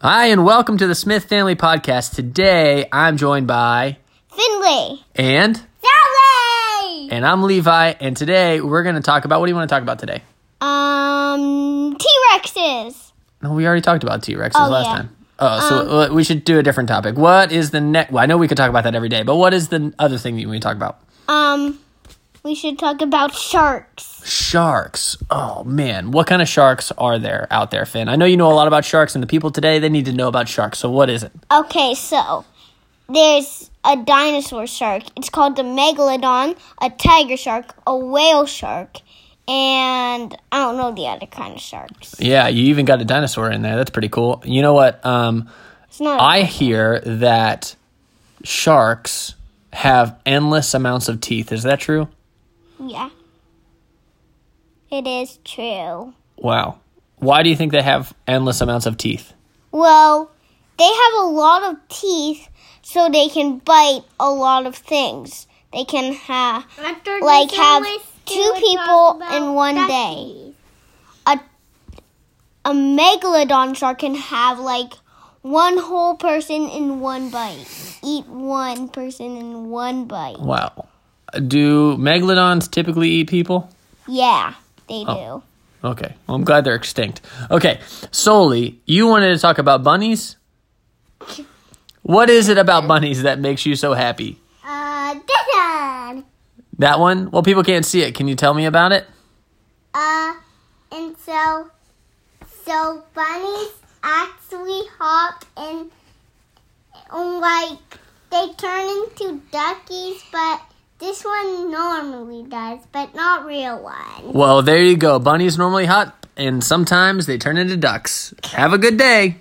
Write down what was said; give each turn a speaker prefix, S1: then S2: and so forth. S1: Hi, and welcome to the Smith Family Podcast. Today, I'm joined by
S2: Finley.
S1: and
S2: Sally.
S1: and I'm Levi, and today we're going to talk about what do you want to talk about today?
S2: Um, T Rexes.
S1: No, we already talked about T Rexes
S2: Oh,
S1: last
S2: yeah. Um,
S1: time. Oh, so uh, we should do a different topic. What is the next? Well, I know we could talk about that every day, but what is the other thing that you want to talk about?
S2: Um, we should talk about sharks.
S1: Sharks. Oh man, what kind of sharks are there out there, Finn? I know you know a lot about sharks, and the people today they need to know about sharks. So what is it?
S2: Okay, so there's a dinosaur shark. It's called the megalodon, a tiger shark, a whale shark, and I don't know the other kind of sharks.
S1: Yeah, you even got a dinosaur in there. That's pretty cool. You know what? Um,
S2: It's not.
S1: I hear that sharks have endless amounts of teeth. Is that true?
S2: yeah. It is true.
S1: Wow. Why do you think they have endless amounts of teeth?
S2: Well, they have a lot of teeth, so they can bite a lot of things. They can have like have two people in one day. A a megalodon shark can have like one whole person in one bite. Eat one person in one bite.
S1: Wow. Do megalodons typically eat people?
S2: Yeah, they do.
S1: Okay. Well, I'm glad they're extinct. Okay. Soli, you wanted to talk about bunnies? What is it about bunnies that makes you so happy?
S2: Uh, this one.
S1: That one? Well, people can't see it. Can you tell me about it?
S2: Uh, and so, so bunnies actually hop and, and like they turn into duckies, but this one normally does, but not real one.
S1: Well, there you go. Bunnies normally hot, and sometimes they turn into ducks. Have a good day.